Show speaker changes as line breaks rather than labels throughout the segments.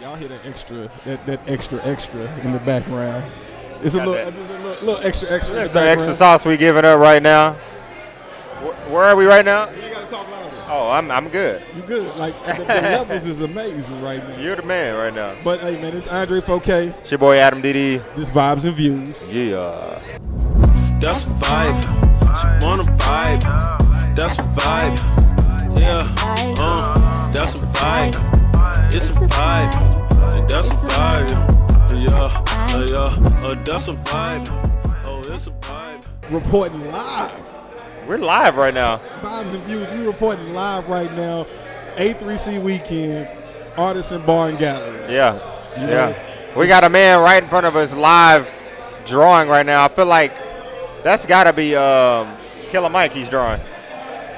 Y'all hear that extra, that, that extra extra in the background. It's a
Got
little,
that.
just a little, little extra extra. in the
That's the extra
background.
sauce we giving up right now. Wh- Where are we right now?
You ain't gotta talk louder.
Oh, I'm I'm good.
You good? Like the, the levels is amazing right now.
You're the man right now.
But hey, man, it's Andre Fouquet.
It's your boy Adam DD.
This vibes and views.
Yeah.
That's a vibe. She wanna vibe. That's a vibe. Yeah. Uh, that's a vibe. It's a vibe. And that's a vibe. Yeah. Uh, yeah. Uh, that's a vibe. Oh, it's a vibe.
Reporting live.
We're live right now.
Vibes and views. We reporting live right now. A3C weekend, Artisan Bar and Gallery.
Yeah.
You know-
Yeah. We got a man right in front of us live drawing right now. I feel like that's gotta be um Killer Mike he's drawing.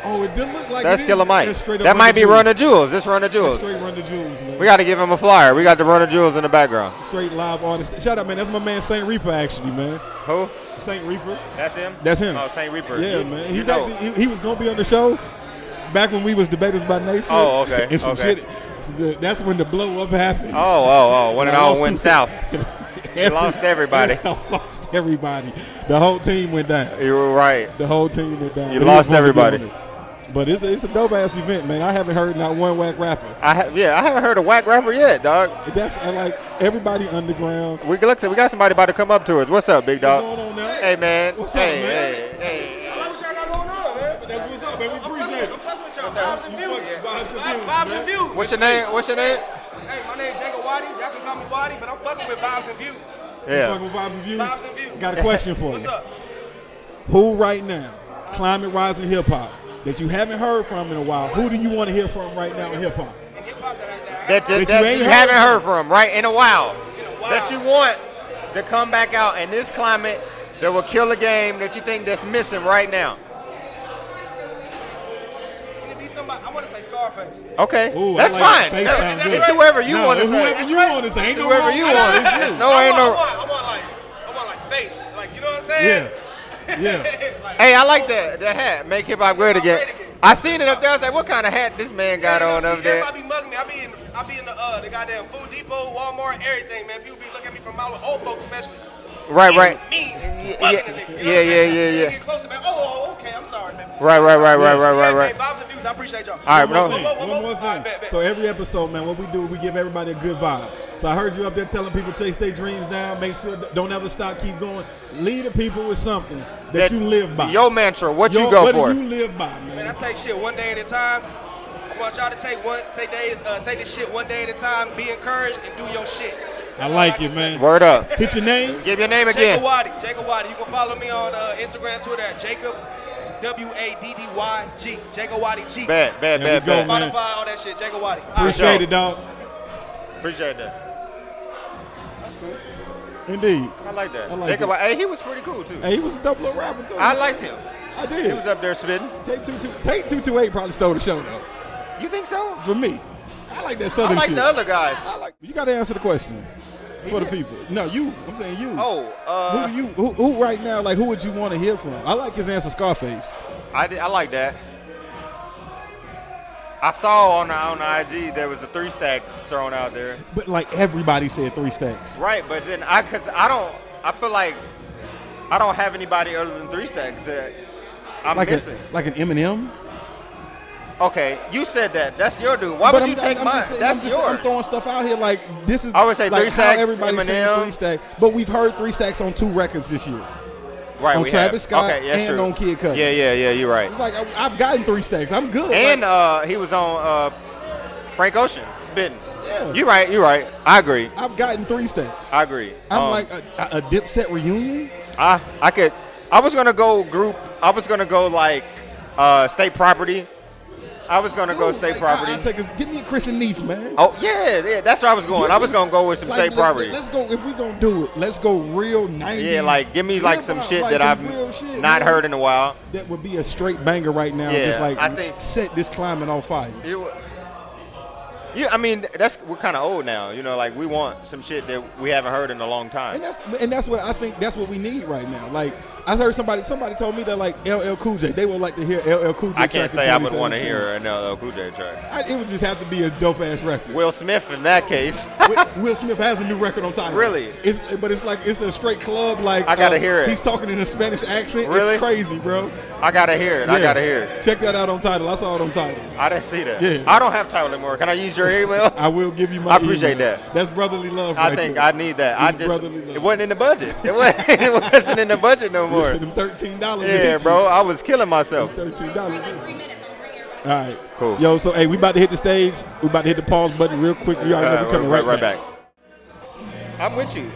Oh, it didn't look like
That's
it is.
Killer Mike.
That's straight up
That might be
the
Run the Jewels. This Run the
Jewels.
Jewels.
Straight run the jewels, man.
We gotta give him a flyer. We got the Run the Jewels in the background.
straight live artist. Shout out, man. That's my man Saint Reaper, actually, man.
Who?
Saint Reaper.
That's him?
That's him.
Oh, St. Reaper.
Yeah,
You-
man.
you
He's
know.
actually he, he was gonna be on the show back when we was debaters by nature.
Oh, okay,
And some
okay.
shit. so the- That's when the blow up happened.
Oh, oh, oh. When it
And I
all
lost
went
two-
south.
Every-
Oh. lost everybody.
I lost everybody. The whole team went down.
You were right.
The whole team went down.
You
But he
lost
was supposed to be
everybody.
on it. But it's a, it's a dope ass event, man. I haven't heard not one whack rapper.
I ha- yeah, I haven't heard a whack rapper yet, dog.
That's uh, like everybody underground.
We can look to, we got somebody about to come up to us. What's up,
What's
big dog?
going on now?
Uh, Hey man.
What's up,
hey,
man?
hey, hey, hey.
I like what y'all got going on, man.
That's what's up, man.
I'm fucking, I'm fucking with y'all. Vibes and views.
Vibes and views,
Vibes
man.
and views.
What's your name? What's your name?
Hey, my name Jacob Waddy. Y'all can call me Waddy, but I'm fucking with vibes and views.
Yeah.
Fucking vibes and views.
Vibes and views.
Got a question for you.
What's up?
Who right now, climate rising hip hop, that you haven't heard from in a while, who do you want to hear from right now in hip hop?
In hip hop that I
That, that,
you
that
ain't
you
heard
haven't
from.
heard from right in a while.
while.
That you want to come back out in this climate that will kill a game that you think that's missing right now.
Can it be somebody? I want to say Scarface.
Okay,
Ooh, I
that's
like
fine.
Face
That's-
sound
it's
good.
whoever you
No,
want to
Whoever
say.
you want to say. Ain't no
whoever
wrong
you
with
want.
that.
It's you. No, ain't
I
no.
want, I want, I want like, I want like face. Like, you know what I'm saying?
Yeah. Yeah.
like,
Hey, I like that the hat. Make hip hop great again.
Great again.
I seen it up there. I was like, what kind of hat this man got
you know,
on
see,
up there?
Everybody be mugging me. I be in, I be in the uh, the goddamn Food Depot, Walmart, everything, man. People be looking at me from out of old folks, especially.
Right, right.
Me, just
Yeah,
mugging
yeah,
the nigga, you
yeah,
know what
yeah,
I'm saying?
yeah,
They
yeah.
Get closer, man. Oh, oh, okay. I'm sorry, man.
Right, right, right, right, right,
Yeah,
right, right.
man, Bob's and views. I appreciate y'all.
All right,
One
bro.
more thing,
Whoa, whoa,
one
whoa.
more
All right,
thing.
bet, bet.
So every episode, man, what we do, we give everybody a good vibe. So I heard you up there telling people chase their dreams down, make sure don't ever stop, keep going. Lead the people with something that, you live by.
Your mantra, what
Yo,
you go
what
for.
do you live by, man?
Man, I take shit one day at a time. I want y'all to take one, take days, uh, take this shit one day at a time. Be encouraged and do your shit.
I like it, man.
Word up.
Hit your name.
Give your name
Jacob
again.
Waddy, Jacob Waddy. You can follow me on uh, Instagram, Twitter at Jacob W A D D Y G. Jacob Waddy G.
Bad, bad,
There we
bad,
go,
bad.
man.
Spotify, all that shit. Jacob Waddy. All right.
Appreciate it, dog.
Appreciate that.
Indeed.
I like that.
I like
Think
it.
about- hey, he was pretty cool too.
Hey, he was a double rapper too.
I liked him.
I
He
did.
was up there spitting.
Tape two two Tape two two eight probably stole the show though.
You think so?
For me, I like that
I
southern
like
shit.
the other guys.
I like. You gotta answer the question for the people. No, you. I'm saying you.
Oh,
Who
uh,
do you? Who, who right now? Like, who would you want to hear from? I like his answer, Scarface.
I did, I like that. I saw on the, on the IG there was a three stacks thrown out there.
But like everybody said, three stacks.
Right, but then I cause I don't I feel like I don't have anybody other than three stacks that I'm
Like
missing.
a like an Eminem.
okay, you said that. That's your dude. Why would
I'm,
you take
I'm
mine?
Just, saying-
That's
I'm just,
yours.
I'm throwing stuff out here like this is.
I would say
like
Three
how
Stacks,
everybody's saying
Eminem.
three stacks, but we've heard three stacks on two records this year.
right,
on
we
Travis
have.
Scott
okay, that's
and
true.
on Kid Cudi.
Yeah, yeah, yeah. You're right.
It's like I, I've gotten three stacks. I'm good.
And
Like,
uh, he was on uh, Frank Ocean spitting.
Yeah.
You're right. You're right. I agree.
I've gotten three stacks.
I agree.
I'm
Um,
like a, a a Dipset reunion.
I I could. I was gonna go group. I was gonna go like uh, state property. I was gonna go
Dude,
state
like,
property.
I, I take a, give me a Chris and Neef, man.
oh yeah, yeah. That's where I was going. I was gonna go with some
Like,
state
let-
property.
Let's go. If we gonna do it, let's go real '90s.
yeah, like give me like some
hip-hop,
shit
like
that
some
I've
real shit,
not
man.
heard in a while.
That would be a straight banger right now.
Yeah,
just like
I think-
set this climate on fire.
You, Yeah, I mean that's we're kind of old now. You know, like we want some shit that we haven't heard in a long time.
And that's and that's what I think that's what we need right now. Like I heard somebody somebody told me that like LL Cool J they would like to hear LL Cool J.
I can't
track in
say I would want to
2017.
hear another Cool J track.
I, it would just have to be a dope ass record.
Will Smith in that case.
Will- Will Smith has a new record on title.
Really?
It's, but it's like it's a straight club. Like uh,
I gotta hear it.
He's talking in a Spanish accent.
Really?
It's crazy, bro.
I gotta hear it. I
Yeah.
gotta hear it.
Check that out on title. I saw it on title.
I didn't see that.
Yeah.
I don't have title anymore. Can I use your email?
I will give you my.
I appreciate
email.
that.
That's brotherly love.
I
right
think
there.
I need that. I
These
just
brotherly love.
it wasn't in the budget. It wasn't, it wasn't in the budget no more.
Them thirteen dollars.
Yeah, bro, I was killing myself.
Thirteen dollars. All right.
Cool.
Yo, so hey, we about to hit the stage. We about to hit the pause button real quick. You already know we
Uh,
coming
right,
right,
right back. I'm with you.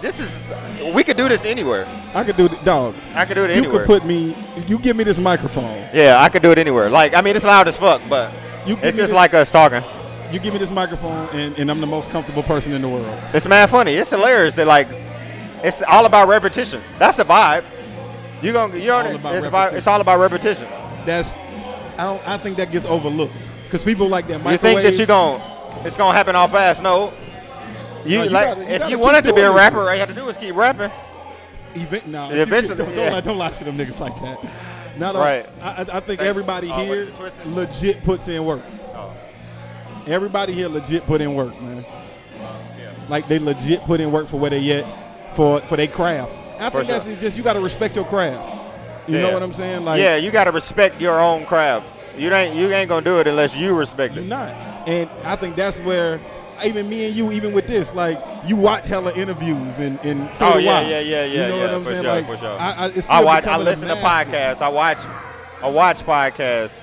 This is we could do this anywhere.
I could do it, dog.
I could do it
You
anywhere.
could put me. You give me this microphone.
yeah, I could do it anywhere. Like I mean, it's loud as fuck, but
You give
it's
me
just
the-
like us talking.
You give me this microphone, and, and I'm the most comfortable person in the world.
It's mad funny. It's hilarious that like it's all about repetition. That's a vibe. You gonna you
All
know
about
it's, about,
repetition.
it's all about repetition.
That's. I don't. I think that gets overlooked because people like that.
You think that
microwave.
you gonna it's gonna happen all fast? No. You,
No, you
like
gotta- you
if
gotta
you
keep
wanted to be a
doing it.
rapper, all you have to do is keep rapping.
Event, no,
Yeah, eventually,
don't,
yeah.
don't, lie, don't lie to them niggas like that. Not all-
Right.
I, I- I think
Thank-
everybody
oh, what
here
you twisting? Oh.
legit puts in work. Everybody here legit put in work, man. Like they legit put in work for where they at, for for their craft. I
For
think that's
sure.
just you got to respect your craft. You know
Yeah.
what I'm saying? Like
yeah, you gotta respect your own craft. You ain't you ain't gonna do it unless you respect
You're
it.
not. And I think that's where even me and you, even with this, like you watch hella interviews and and so
Oh,
do
yeah,
I.
yeah, yeah, yeah,
You know
yeah,
what I'm
for
saying?
sure,
like
for sure.
I, I, it's
I
still
watch. I
becoming a
listen to
master.
podcasts. I watch. I watch podcasts.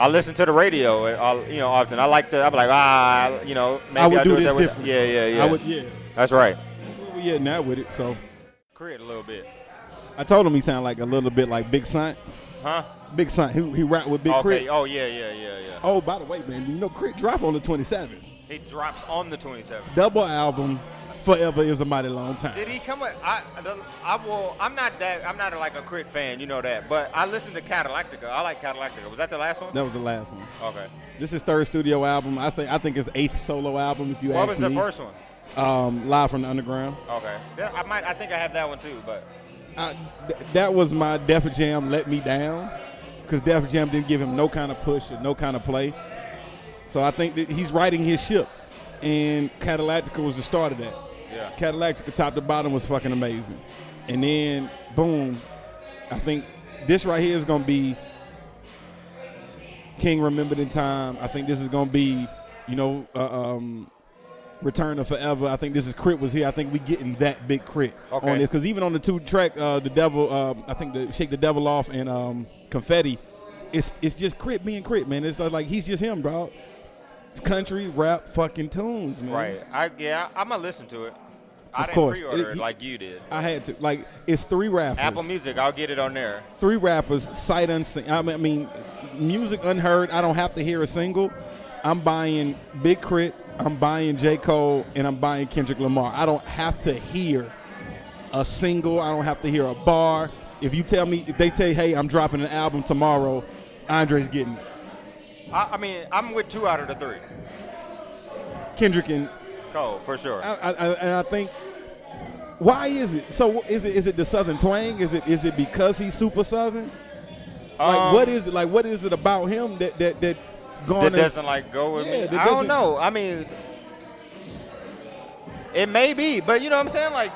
I listen to the radio. uh, I'll, you know, often I like to. I'm like, ah, you know, maybe
I would
I'll
do
it
this
that way.
different.
Yeah, yeah, yeah.
I would, yeah.
That's right.
Where we at now with it? So
Create a little bit,
I told him he sounded like a little bit like Big Son.
huh?
Big Son, he, he rapped with Big
okay.
Crit.
Oh yeah, yeah, yeah, yeah.
Oh, by the way, man, you know Crit drop on the 27th.
He drops on the 27th.
Double album, forever is a mighty long time.
Did he come? With, I, the- I will. I'm not that. I'm not like a Crit fan. You know that. But I listen to Catalactica. I like Catalactica. Was that the last one?
That was the last one.
Okay.
This is third studio album. I think I think it's eighth solo album. If you
What
ask
was
me,
the first one?
Um, live from the underground.
Okay. Yeah, I might. I think I have that one too. But
I, th- that was my Def Jam let me down because Def Jam didn't give him no kind of push or no kind of play. So I think that he's riding his ship, and Catalactica was the start of that.
Yeah.
Catalactica top to bottom was fucking amazing, and then boom, I think this right here is gonna be King remembered in time. I think this is gonna be, you know, uh, um, Return of Forever. I think this is Crit was here. I think we getting that big Crit
Okay.
on this because even on the two track, uh, the Devil, uh, I think the Shake the Devil Off and um, Confetti, it's it's just Crit being Crit, man. It's like he's just him, bro. It's country rap fucking tunes, man.
right. I yeah. I'm gonna listen to it. I
Mm-hmm. Of
didn't
course.
pre-order
It-
it,
he-
like you did.
I had to like it's three rappers.
Apple Music. I'll get it on there.
three rappers, sight unseen. I mean, I mean, music unheard. I don't have to hear a single. I'm buying Big Crit. I'm buying J. Cole, and I'm buying Kendrick Lamar. I don't have to hear a single. I don't have to hear a bar. If you tell me, if they say, "Hey, I'm dropping an album tomorrow," Andre's getting it.
I, I mean, I'm with two out of the three.
Kendrick and
Cole for sure.
I, I, I- and I think why is it? So is it is it the Southern twang? Is it is it because he's super Southern? Like
Um,
what is it? Like what is it about him that that that
that
garners?
doesn't like go with
Yeah,
me.
that
I don't
doesn't-
know. I mean, it may be, but you know what I'm saying? Like,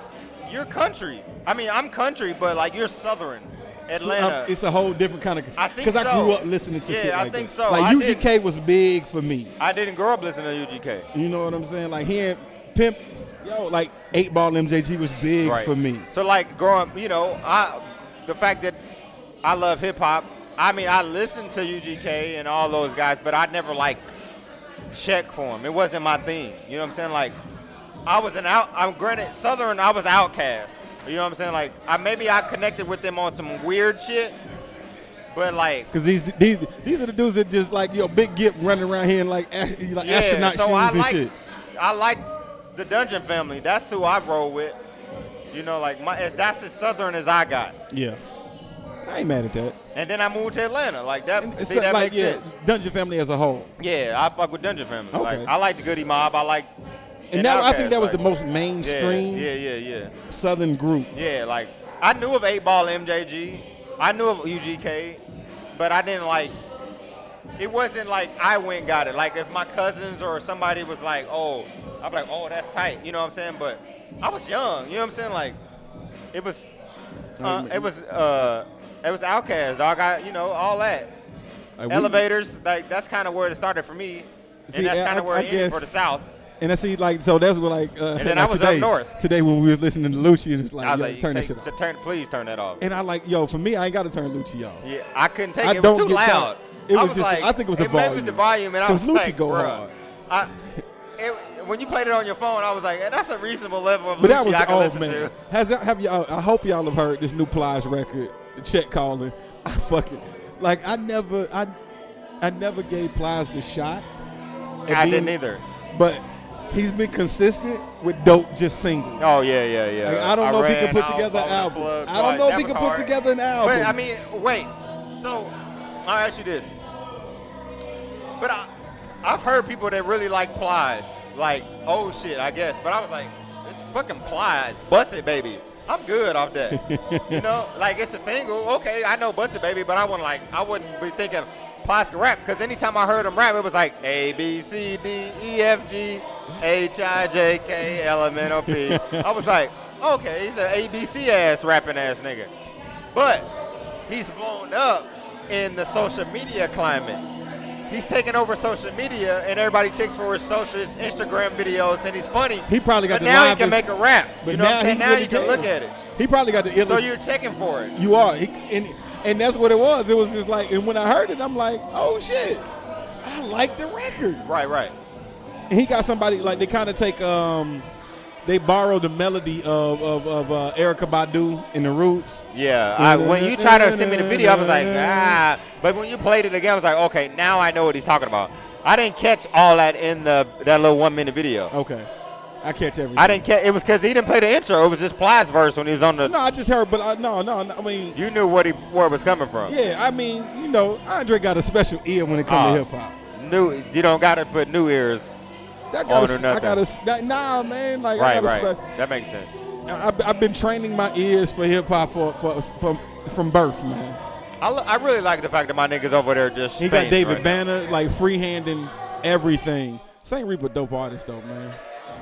you're country. I mean, I'm country, but like you're southern
So, um,
Atlanta.
it's a whole different kind of.
I think
Because I
so.
grew up listening to
Yeah,
shit
I
like
think
that.
so. I
Like
did-
UGK was big for me.
I didn't grow up listening to UGK.
You know what I'm saying? Like he and Pimp, yo, like Eight Ball MJG was big for me.
So like growing, you know, I the fact that I love hip hop. I mean, I listened to UGK and all those guys, but I never like check for them. It wasn't my thing. You know what I'm saying? Like I was an out. I'm granted Southern. I was outcast. You know what I'm saying? Like I maybe I connected with them on some weird shit, but like.
Cause these these these are the dudes that just like yo big gip running around here in like, a- like astronaut shoes
I
and
like,
shit.
I like the Dungeon Family. That's who I roll with. You know, like my as that's as southern as I got.
Yeah. I ain't mad at that.
And then I moved to Atlanta. Like that.
And it's
see, that
like
makes
yeah,
sense.
Dungeon Family as a whole.
Yeah, I fuck with Dungeon Family.
Okay.
Like I like the Goody Mob. I like.
And, that, I think
Outkast,
that was
like-
the most
Yeah,
mainstream
Yeah, yeah, yeah,
Southern group.
yeah. Like I knew of Eight Ball MJG. I knew of UGK, but I didn't like. It wasn't like I went and got it. Like if my cousins or somebody was like, "Oh," I'd be like, "Oh, that's tight." You know what I'm saying? But I was young. You know what I'm saying? Like it was. Uh, it was. Uh, it was Outcast, dog. I, you know, all that.
Like, we-
Elevators, like that's kind of where it started for me, and
See,
that's
I-
kind of
I-
where
I
it ended for the
guess-
South.
And I see, like, so that's what, like, uh,
And then
like
I was up
today,
north.
Today when we was listening to Lucci, it was like,
I was
yo,
like,
turn that
take-
shit off.
so turn, please turn that off.
And I like, yo, for me, I ain't got to turn Lucci off.
Yeah, I couldn't take
I
it. It
don't
was too
get that.
loud.
It
I
was
was
just-
like,
I think it was the
Maybe it was the volume, and I
'Cause
was
Lucci
like,
go
bruh.
hard.
I, it, when you played it on your phone, I was like, eh, that's a reasonable level of
But that
Lucci
was
I can
oh
listen
man.
to.
Has that, have y'all? I hope y'all have heard this new Plies record, Check Calling. I fucking like. I never, I, I never gave Plies the shot. at
I
being-
didn't either.
But he's been consistent with dope, just singles.
Oh yeah, yeah, yeah.
Like, I don't know if he can
ran
put
out,
together an
bought the
album.
plug,
I don't
like,
know if
that
he
was
can put
hard.
together an
But
album.
I mean, wait. So I'll ask you this. But I, I've heard people that really like Plies, like oh shit, I guess. But I was like, it's fucking Plies, bust it, baby. I'm good off that. you know, like it's a single. Okay, I know bust it, baby. But I wouldn't like, I wouldn't be thinking Plies can rap because anytime I heard him rap, it was like A B C D E F G H I J K L M N O P. I was like, okay, he's an ABC ass rapping ass nigga. But he's blown up in the social media climate. He's taking over social media, and everybody checks for his social his Instagram videos, and he's funny.
He probably got
But
the
now he can
livest-
make a rap.
But
you know what I'm saying?
he
Now
really
you can look at it.
He probably got the illest.
So you're checking for it.
you are, he, and and that's what it was. It was just like, and when I heard it, I'm like, oh shit, I like the record.
Right, right.
And he got somebody like they kind of take um they borrow the melody of of, of uh, Erica Badu in the Roots.
Yeah. I, when you tried to send me the video, I was like, ah. But when you played it again, I was like, okay, now I know what he's talking about. I didn't catch all that in the that little one minute video.
Okay, I catch everything.
I didn't catch. It was because he didn't play the intro. It was just Plies verse when he was on the.
No, I just heard, but I, no, no, no, I mean,
You knew what he where it was coming from.
yeah, I mean, you know, Andre got a special ear when it comes
Oh.
to hip hop.
New, you don't gotta put new ears.
That got
All or
a, I
nothing.
got a, that, nah, man, like I
Right,
got
right.
a spe-
That makes sense.
I- I've, I've been training my ears for hip hop for, for from from birth, man.
I, lo- I really like the fact that my niggas over there just.
He got
spinning
David
right now.
Banner like freehanding everything. Saint Reaper, dope artist though, man.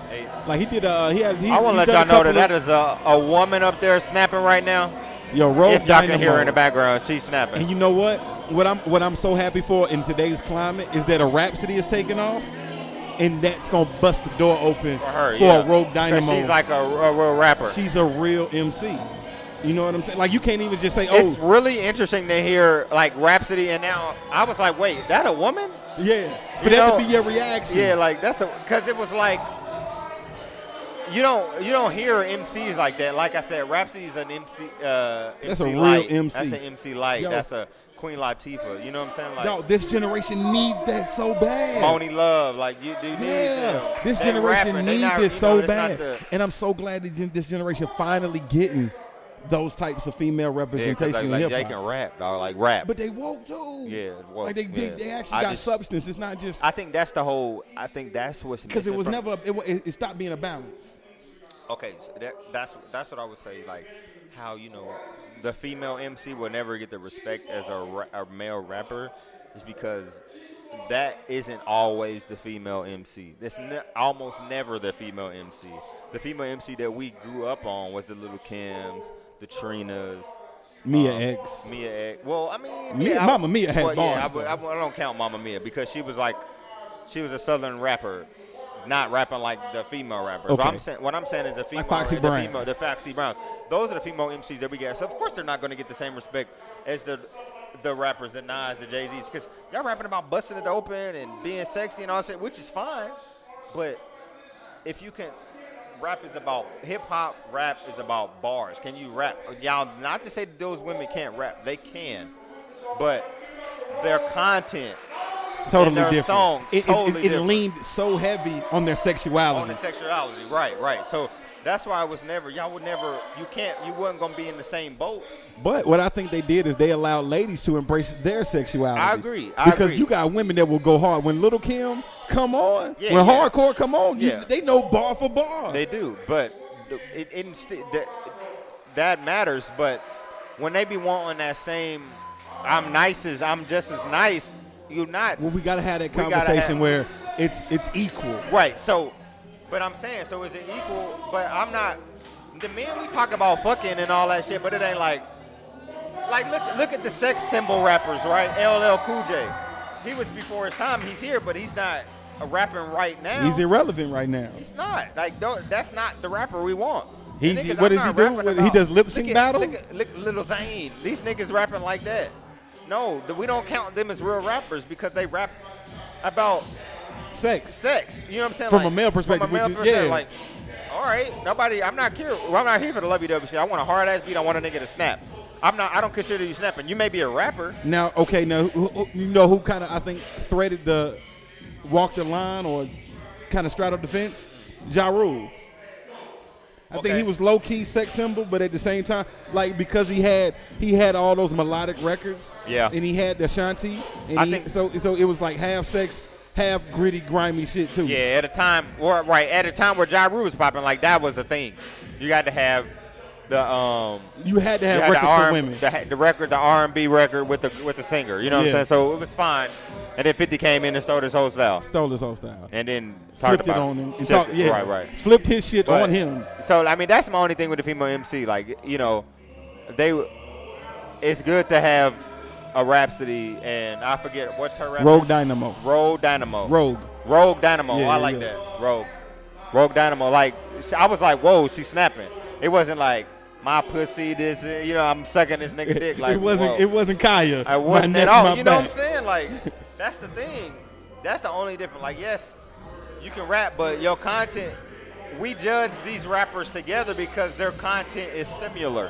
Hey,
Like he did. Uh, he has. He,
I want to
he's
let
done
y'all
a
know
couple
that that
of-
is a, a woman up there snapping right now.
yo Rove
if y'all can hear her
Dynamo.
in the background, she's snapping.
And you know what? What I'm what I'm so happy for in today's climate is that a Rhapsody is taking off, and that's gonna bust the door open
for her,
for
yeah.
a Rogue
'Cause
Dynamo.
She's like a, a real rapper.
She's a real MC. You know what I'm saying? Like you can't even just say, "Oh,
it's really interesting to hear like Rhapsody, and now I was like, wait, that a woman?
yeah,"
You
but that
know-
would be your reaction.
Yeah, like that's a because it was like you don't you don't hear MCs like that. Like I said, Rhapsody's an MC. Uh, MC
That's a real
light.
MC.
That's an MC light.
Yo.
That's a Queen Latifah. You know what I'm saying? Like
no, this generation needs that so bad.
Moni Love. Like you do. need them.
Yeah, this
They
generation
rapping, they
needs
not-
this
you know,
so
it's not
bad,
the-
and I'm so glad that gen- this generation finally getting those types of female
Yeah, 'cause,
representation
like,
in
like,
hip
they
hop.
can rap, dog. Like rap.
But they woke too.
Yeah, woke,
like they they,
yeah.
they actually
I
got
just-
substance. It's not just
I think that's the whole. I think that's what's
because it
missing
was
from-
never it, wa- it, it stopped being a balance.
Okay, so that, that's that's what I would say. Like how you know the female MC will never get the respect as a, ra- a male rapper is because that isn't always the female MC. That's ne- almost never the female MC. The female MC that we grew up on was the Little Kims, the Trinas.
Mia
um,
X.
Mia X. Well, I mean,
Mia-
yeah, I-
Mama Mia had
well, Yeah, I,
bars,
would-
though.
I, would- I don't count Mama Mia because she was like, she was a Southern rapper, not rapping like the female rappers.
Okay.
So I'm saying, what I'm saying is the female,
Foxy
the
Brown.
female, the Foxy Browns. Those are the female MCs that we get. So of course they're not going to get the same respect as the the rappers, the Nas, the Jay Z's, because y'all rapping about busting it open and being sexy and all that, shit, which is fine, but if you can rap is about hip hop, rap is about bars. Can you rap? Y'all not to say that those women can't rap. They can. But their content
Totally
their
different.
songs
it, it-
totally
it,
different.
leaned so heavy on their sexuality.
on the sexuality. Right, right. So That's why I was never. Y'all would never. You can't. You wasn't gonna be in the same boat.
But what I think they did is they allowed ladies to embrace their sexuality.
I agree. I
because
agree.
you got women that will go hard. When Little Kim come on,
Yeah,
when
yeah.
hardcore come on, you-
Yeah.
they know bar for bar.
They do, but it, it insti- that, that matters. But when they be wanting that same, I'm nice as I'm just as nice. You're not
well, we gotta have that
We gotta have-
conversation where it's it's equal.
right. So, but I'm saying, so is it equal? But I'm not. The men we talk about fucking and all that shit, but it ain't like, like look look at the sex symbol rappers, right? LL Cool J, he was before his time. He's here, but he's not rapping right now.
He's irrelevant right now.
He's not. Like, tho- that's not the rapper we want.
He-
The niggas
what
I'm
does he
not
do?
rapping
What- he
about.
does lip
Look
sync
at-
battle?
Look at, look at Lil Zane. These niggas rapping like that. No, th- we don't count them as real rappers because they rap about
Sex.
sex. You know what I'm saying?
From
Like,
a male perspective,
From a male
which is-
perspective,
yeah.
like, all right, nobody. I'm not here. I'm not here for the lovey dovey shit. I want a hard ass beat. I want a nigga to snap. I'm not. I don't consider you snapping. You may be a rapper.
Now, okay, now who, who- you know who kind of I think threaded the walked the line or kind of straddled the fence? Ja Rule. I think
Okay.
he was low key sex symbol, but at the same time, like because he had he had all those melodic records,
Yeah.
and he had the Shanti, and
I
he,
think-
so so it was like half sex, half gritty, grimy shit too.
Yeah, at a time, or right at a time where Ja Rule was popping, like that was a thing. You got to have the um,
you had to have
you had
records
the R-
for women.
The, the record, the R&B record with the with the singer. You know
Yeah.
what I'm saying? So it was fine. And then 50 came in and stole this whole style,
Stole his whole style,
and then talked
flipped it
about
on him, and
Flipped
talk,
it.
yeah,
Right, right.
flipped his shit
But-
on him.
So I mean, that's my only thing with the female MC. Like you know, they. It's good to have a Rhapsody, and I forget what's her rap.
Rogue Dynamo,
Rogue Dynamo.
Rogue.
Rogue Dynamo. Oh,
Yeah,
I
yeah,
like
yeah.
that. Rogue. Rogue Dynamo. Like sh- I was like, whoa, she's snapping. It wasn't like my pussy. This, uh, you know, I'm sucking this nigga dick. Like
it wasn't.
whoa.
It wasn't Kaya. My
I wasn't
neck,
at all.
my
You know what I'm
back.
saying? Like that's the thing. That's the only difference. Like yes, you can rap, but your content. We judge these rappers together because their content is similar.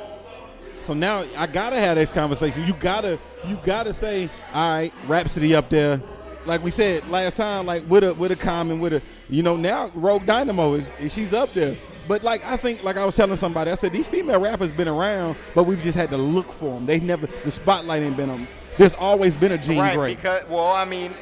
So now I gotta have this conversation. You gotta, you gotta say, all right, Rhapsody up there. Like we said last time, like with a with a common with a, you know, now Rogue Dynamo is is- she's up there. But like I think, like I was telling somebody, I said these female rappers been around, but we've just had to look for them. They never the spotlight ain't been on. 'em. There's always been a Jean
right,
Grey.
because well, I mean,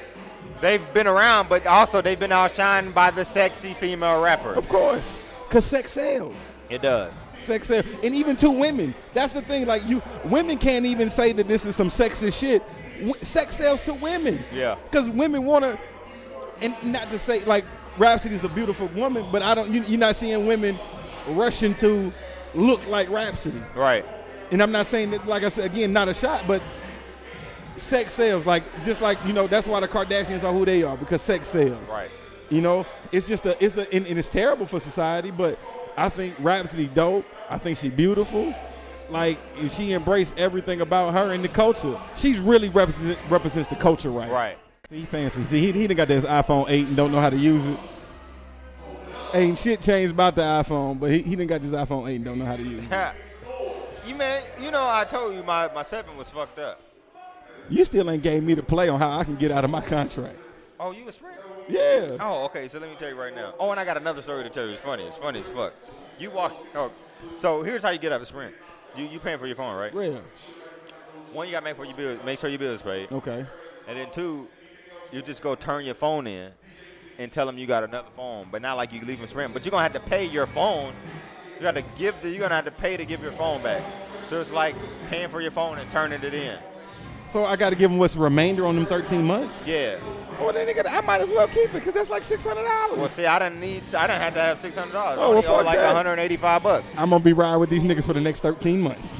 they've been around, but also they've been outshined by the sexy female rapper.
of course, cause sex sells.
It does.
sex sale. and even two women. That's the thing. Like you, women can't even say that this is some sexist shit. W- sex sells to women.
Yeah.
Because women want to, and not to say like Rhapsody's a beautiful woman, but I don't. You, you're not seeing women rushing to look like Rhapsody.
Right.
And I'm not saying that. Like I said again, not a shot, but sex sells. Like just like you know, that's why the Kardashians are who they are because sex sells.
Right.
You know, it's just a it's a and, and it's terrible for society, but I think Rhapsody dope. I think she beautiful. Like she embraced everything about her and the culture. She's really represent, represents the culture right.
Right.
He fancy. See, he he done got this iPhone eight and don't know how to use it. Ain't shit changed about the iPhone, but he he done got this iPhone eight and don't know how to use it.
Ha. you man, you know, I told you my my seven was fucked up.
You still ain't gave me the play on how I can get out of my contract.
Oh, you a sprinter?
Yeah.
Oh, okay. So let me tell you right now. Oh, and I got another story to tell you. It's funny. It's funny as fuck. You walk. Oh, so here's how you get out of Sprint. You you paying for your phone, right?
Yeah.
One, you gotta make sure you bill, make sure your bill is paid,
Okay.
and then two, you just go turn your phone in and tell them you got another phone, but not like you leaving Sprint. But you're gonna have to pay your phone. You got to give the. You're gonna have to pay to give your phone back. So it's like paying for your phone and turning it in.
So I got to give him what's the remainder on them thirteen months.
Yeah.
Well, then nigga, I might as well keep it because that's like six hundred dollars.
Well, see, I didn't need. I didn't have to have six hundred dollars.
Oh, well,
Oh, I well,
fuck
like
that.
one hundred eighty-five bucks.
I'm gonna be riding with these niggas for the next thirteen months.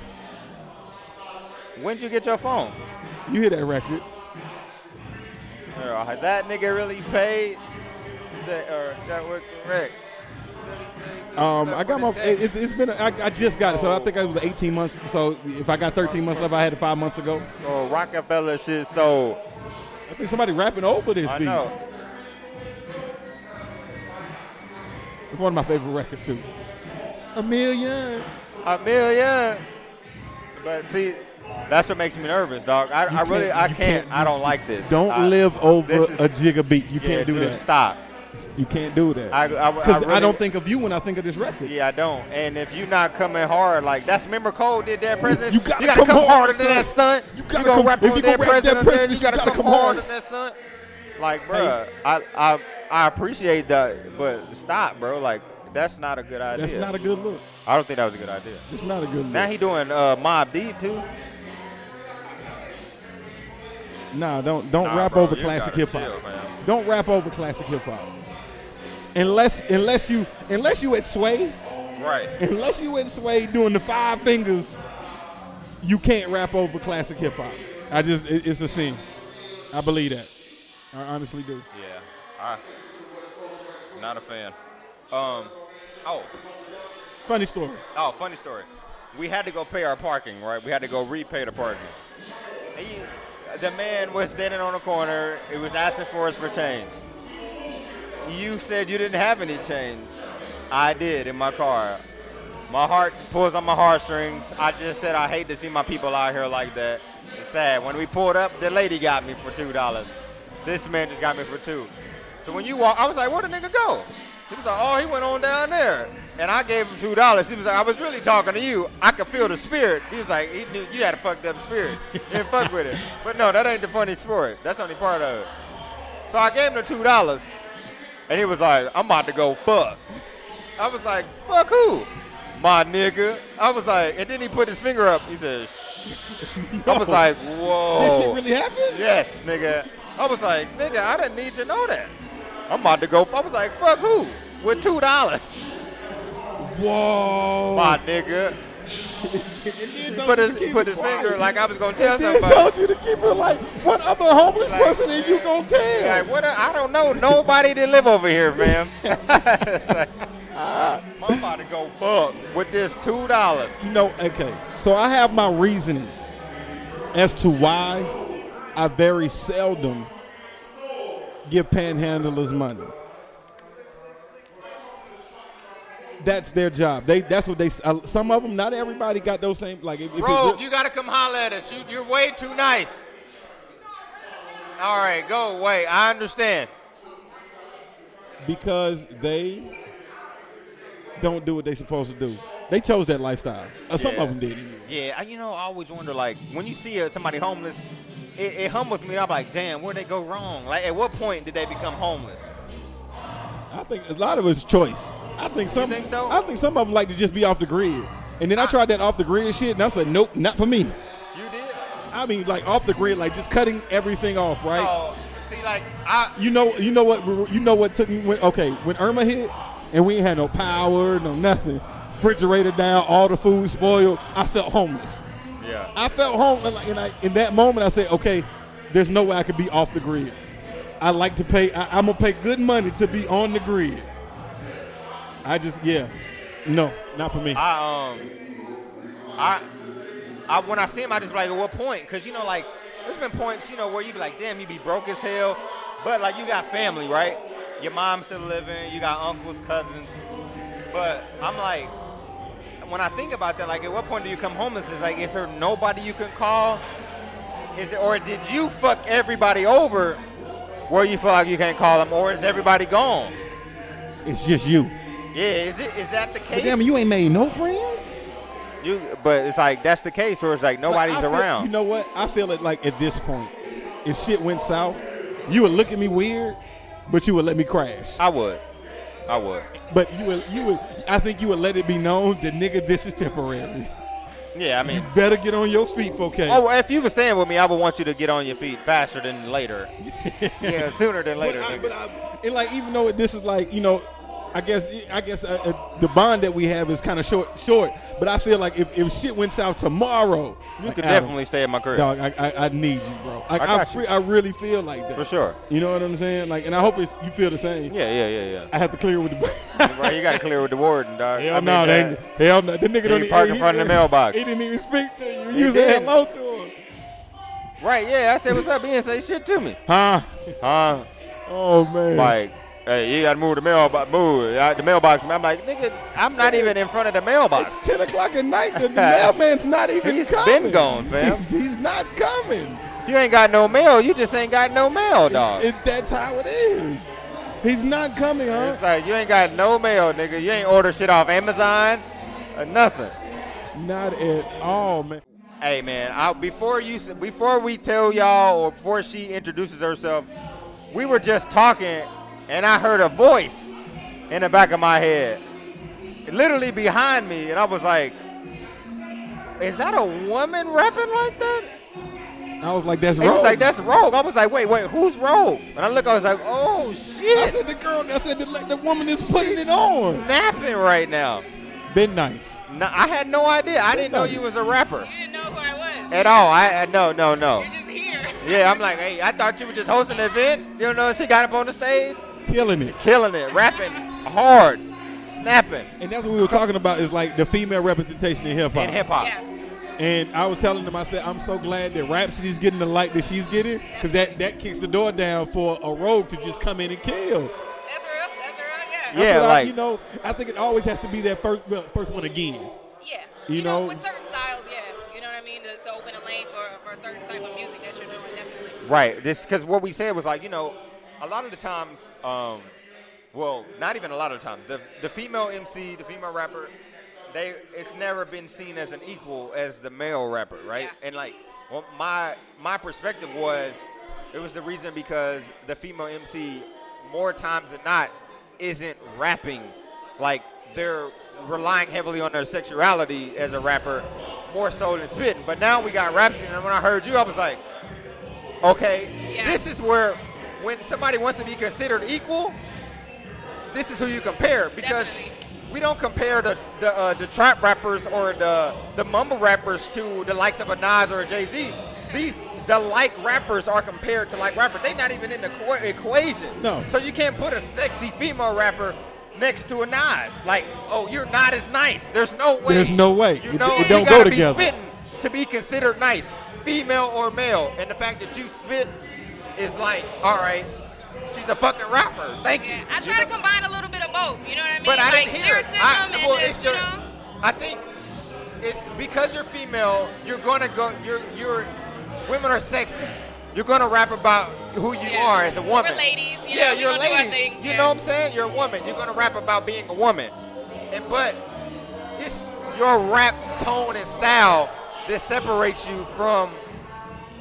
When'd you get your phone?
You hear that record?
Girl, has uh, that nigga really paid? That, or that was correct.
Um, I got my. it- It's, it's been. A, I, I just got it, so I think it was 18 months. So if I got 13 months left, I had it five months ago.
Oh, Rockefeller shit sold.
I think somebody rapping over this
I
beat.
know.
It's one of my favorite records too. A million.
A million. But see, that's what makes me nervous, dog. I, I really,
can't-
I
you
can't,
can't-
I don't like this.
Don't
I-
live over
this is-
a jigga beat. You
yeah,
can't do
dude,
that.
Stop.
You can't do that.
I- I- I
Because I,
really-
don't think of you when I think of this record.
Yeah, I don't. And if you not coming hard, like that's remember Cole did that president.
you gotta come hard,
harder
son.
than that, son.
You gotta
gonna
come-
rap
if
on
you
that
gonna rap that
president, there,
president,
you gotta, come,
harder.
harder than that, son. Like, bruh, I, I I appreciate that, but stop, bro. Like, that's not a good idea.
That's not a good look.
I don't think that was a good idea.
It's not a good look.
Now he doing uh, Mob Deep too.
nah, don't don't
Nah,
rap
bro,
over
you
classic
gotta
hip hop.
chill, man.
Don't rap over classic hip hop. Unless unless you unless you at Sway,
Right.
unless you at Sway doing the five fingers, you can't rap over classic hip hop. I just it, it's a sin. I believe that. I honestly do.
Yeah, I not a fan. Um, oh,
Funny story.
oh, funny story.
we had to go pay our parking, right? We had to go repay the parking. And you- the man was standing on the corner. It was asking for us for change. You said you didn't have any change. I did in my car. My heart pulls on my heartstrings. I just said I hate to see my people out here like that. It's sad. When we pulled up, the lady got me for two dollars. This man just got me for two. So when you walk, I was like, where the nigga go? He was like, oh, he went on down there. And I gave him two dollars. He was like, I was really talking to you. I could feel the spirit. He was like, he knew you had a fucked up spirit. You didn't fuck with it. But no, that ain't the funny story. That's only part of it. So I gave him the two dollars, and he was like, I'm about to go fuck. I was like, fuck who? My nigga. I was like, and then he put his finger up. He said, "Shh." I was like, whoa.
This shit really happened?
Yes, nigga. I was like, nigga, I didn't need to know that. I'm about to go. I was like, fuck who? With two dollars,
Whoa.
my nigga.
He
Put his put his finger like I was gonna tell
Then
somebody.
told you to keep it like what other homeless
Like-
person are you gonna tell?
Like what? A, I don't know. Nobody that live over here, fam. I'm about to go fuck with this two dollars.
you know, okay. So I have my reasoning as to why I very seldom give panhandlers money. That's their job. They that's what they. s- Uh, some of them, not everybody got those same. Like if, if it
Bro,
re-
you gotta come holler at us. You, you're way too nice. All right, go away. I understand.
because they don't do what they supposed to do. They chose that lifestyle. Uh, Some
Yeah.
of them did. Anyway.
Yeah, I- you know, I always wonder, like, when you see uh, somebody homeless, it, it humbles me. I'm like, damn, where'd they go wrong? Like, at what point did they become homeless?
I think a lot of it's choice. I think some.
think so?
I think some of them like to just be off the grid. And then I tried that off the grid shit, and I said, nope, not for me.
You did?
I mean, like off the grid, like just cutting everything off, right?
Oh, see, like, I,
You know, you know what, you know what took me. When, okay, when Irma hit, and we ain't had no power, no nothing, refrigerator down, all the food spoiled. I felt homeless.
yeah,
I felt home, and, like, and I, in that moment, I said, "Okay, there's no way I could be off the grid. I like to pay. I, I'm gonna pay good money to be on the grid. I just, yeah, no, not for me.
I, um, I, I, when I see him, I just be like, at what point? Because, you know, like, there's been points, you know, where you be like, damn, you be broke as hell. But, like, you got family, right? Your mom's still living, you got uncles, cousins. But I'm like, when I think about that, like, at what point do you come homeless? It's like, is there nobody you can call? Is it, or did you fuck everybody over where you feel like you can't call them? Or is everybody gone?
it's just you.
Yeah, is it is that the case?
you ain't made no friends.
You, but it's like that's the case, or it's like nobody's
Like, I feel-
around.
you know what? I feel it like at this point, if shit went south, you would look at me weird, but you would let me crash.
I would, I would.
But you would, you would. I think you would let it be known that nigga, this is temporary.
Yeah, I mean,
Better get on your feet, 4K.
oh, well, if you were staying with me, I would want you to get on your feet faster than later. yeah, sooner than later.
But I,
nigga.
but I, and like even though this is like you know, I guess I guess uh, uh, the bond that we have is kind of short, short. But I feel like if, if shit went south tomorrow,
you
like,
could
Adam,
definitely stay at my crib
dog. I, I, I need you, bro. Like,
I
I,
got you.
fre- I really feel like that
for sure.
You know what I'm saying? Like, and I hope it's, you feel the same.
Yeah, yeah, yeah,
I have to clear with the.
yeah. right, you got to clear with the warden, dog.
Hell
I mean,
no, they
uh,
ain't- hell no. The nigga don't even-
parked in
he-
front of the mailbox.
He didn't even speak to you.
He
You said
didn't.
hello to him.
Right? Yeah, I said, "What's up?" He didn't say shit to me.
Huh?
Huh?
Oh man.
Like, hey, you got to move the mailbox. Move uh, the mailbox. man. I'm like, nigga, I'm not even in front of the mailbox.
It's 10 o'clock at night. The, the mailman's not even
He's
coming.
been gone, fam.
He's, he's not coming.
If you ain't got no mail, you just ain't got no mail, dog.
It, that's how it is. He's not coming, huh?
It's like you ain't got no mail, nigga. You ain't order shit off Amazon or nothing.
Not at all, man.
Hey man, I, before you s- before we tell y'all or before she introduces herself, we were just talking and I heard a voice in the back of my head, literally behind me, and I was like, "Is that a woman rapping like that?"
I was like, that's
He was
wrong.
like, "That's Rogue." I was like, "Wait, wait, who's Rogue?" And I look, I was like, "Oh
I
shit!"
said the girl. I said the, la- the woman is putting
She's
it on.
snapping right now.
Been nice.
No, I had no idea. I didn't know you was a rapper
You didn't know who I was.
at all. I I- no, no, no.
You're just here.
Yeah, I'm like, hey, I thought you were just hosting the event. You know, she got up on the stage,
Killing it.
killing it, rapping hard, snapping
And that's what we were talking about is like the female representation in hip hop.
in hip hop.
Yeah.
And I was telling them, I said, I'm so glad that Rhapsody's getting the light that she's getting, because that, that kicks the door down for a rogue to just come in and kill.
That's real. That's real.
Yeah.
Yeah.
That's what I-
like-
you know, I think it always has to be that first well, first one again.
Yeah.
You know-
with certain styles, yeah. You know what I mean? To, to open a lane for, for a certain type of music that you're doing, definitely.
Right. This because what we said was like, you know, a lot of the times, um, well, not even a lot of the times, the the female MC, the female rapper, they it's never been seen as an equal as the male rapper, right?
Yeah.
And like, well, my my perspective was, it was the reason because the female MC, more times than not, isn't rapping, like they're relying heavily on their sexuality as a rapper, more so than spitting. But now we got Rhapsody, and when I heard you, I was like. Okay,
Yeah.
this is where when somebody wants to be considered equal, this is who you compare because
Definitely.
we don't compare the the, uh, the trap rappers or the the mumble rappers to the likes of a Nas or a Jay Z. These the like rappers are compared to like rappers. They're not even in the co- equation.
No.
So you can't put a sexy female rapper next to a Nas. Like, oh, you're not as nice. There's no way.
There's no way.
You
It-
know,
it
you
don't go
gotta be
together.
spitting to be considered nice, female or male. And the fact that you spit is like, all right, she's a fucking rapper. Thank you.
Yeah. I
You
try to
know?
combine a little bit of both. You know what I mean?
But I
like
didn't hear it.
lyricism
I,
and
well,
just,
it's your,
you know.
I think it's because you're female, you're gonna go. You're you're women are sexy. You're gonna rap about who you
Yeah.
are as a woman.
We're ladies, you
yeah,
know, we
you're
gonna do our
ladies.
thing,
you
yeah.
know what I'm saying? You're a woman. You're gonna rap about being a woman. And but it's your rap tone and style that separates you from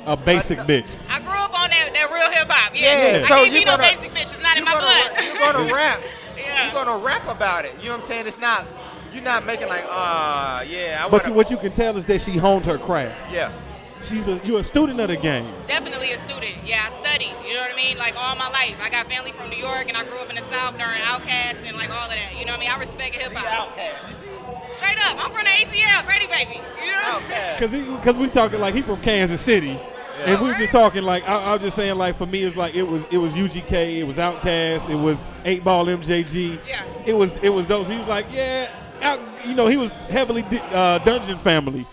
A basic bitch.
I grew up on that, that real hip hop.
Yeah,
Yeah.
so
I can't
you
be no
gonna-
basic bitch. It's not in
you're
my
gonna,
blood.
ra- You're gonna rap.
Yeah.
You're gonna rap about it. You know what I'm saying? It's not. You're not making like, ah, yeah. I
But
wanna,
you, what you can tell is that she honed her craft.
Yeah.
She's a you're a student of the game.
definitely a student. Yeah, I studied. You know what I mean? Like all my life. I got family from New York and I grew up in the South during Outkast and like all of that. You know what I mean? I respect hip hop.
Outcast. You see?
Straight up. I'm from the ATL, Brady Baby. You know?
Outcast.
Cause, he, Cause we talking like he from Kansas City, and we were just talking like I, I was just saying like for me it's like it was it was UGK, it was Outkast, it was Eight Ball MJG,
Yeah.
it was it was those. He was like yeah, out, you know he was heavily di- uh, Dungeon Family,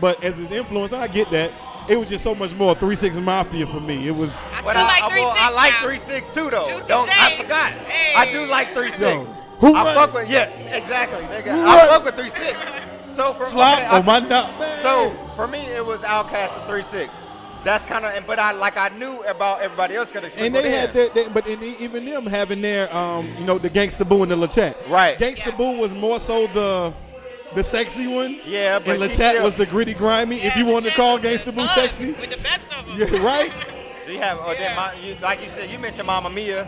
but as his influence I get that it was just so much more Three Six Mafia for me. It was
I still
But I,
like
I,
3
well, I like three
3
six too though.
Juicy
Don't I
J.
forgot.
Hey.
I do like three six.
Yo, who
I
run
fuck
it?
with yeah, exactly, nigga.
Who
I
run
fuck with three six. So for
slop
okay, I-
on my nut. man.
So for me, it was Outcast and three six. That's kind of, but I like I knew about everybody else because
And they had that, that but in the, even them having their, um, you know, the Gangsta Boo and the LaChat.
Right.
Gangsta
Yeah.
Boo was more so the the sexy one.
Yeah, but
and
she
LaChat
still-
was the gritty, grimy. if you want to call Gangsta Boo sexy,
With the best of them.
yeah, right.
You have, oh, then my, you, like you said, you mentioned Mama Mia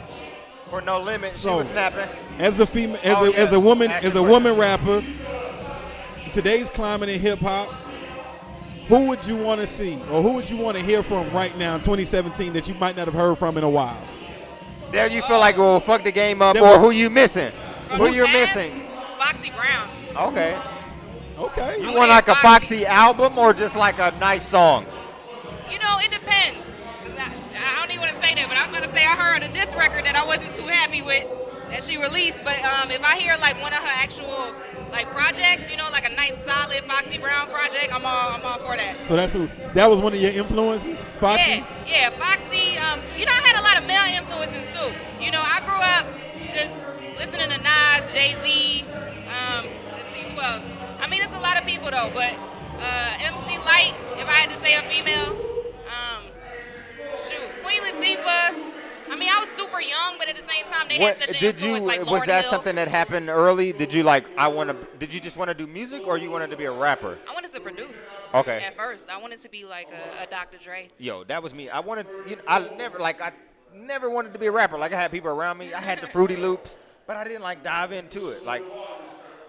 for No Limit. she
So-
was snapping.
As a female, as
Oh,
a
yeah.
as a woman,
Action
as a
verse.
woman rapper, today's climate in hip hop. Who would you want to see, or who would you want to hear from right now in 2017 that you might not have heard from in a while?
There you feel like, well, fuck the game up,
That
or
was-
who you missing?
From
Who you're
Outkast,
missing?
Foxy Brown.
Okay.
Okay.
You
I'm
want
gonna
like a
say
Foxy album or just like a nice song?
You know, it depends. 'Cause I, I don't even want to say that, but I was about to say I heard a diss record that I wasn't too happy with that she released. But um, if I hear like one of her actual like projects, you know, like a nice solid Foxy Brown project, I'm all I'm all for that.
So that's who. That was one of your influences, Foxy.
Yeah, yeah, Foxy. Um, you know, I had a lot of male influences too. You know, I grew up just listening to Nas, Jay Z. Um, let's see who else. I mean, it's a lot of people though, but uh, MC Light. If I had to say a female, um, shoot, Queen Latifah. I mean, I was super young, but at the same time, they it
What
has such an
did you?
influence, like
was that
Lauren Hill.
something that happened early? Did you like? I want to. Did you just want to do music, or you wanted to be a rapper?
I wanted to produce.
Okay.
At first, I wanted to be like a, a Dr. Dre.
Yo, that was me. I wanted. You know, I never like. I never wanted to be a rapper. Like I had people around me. I had the Fruity Loops, but I didn't like dive into it. Like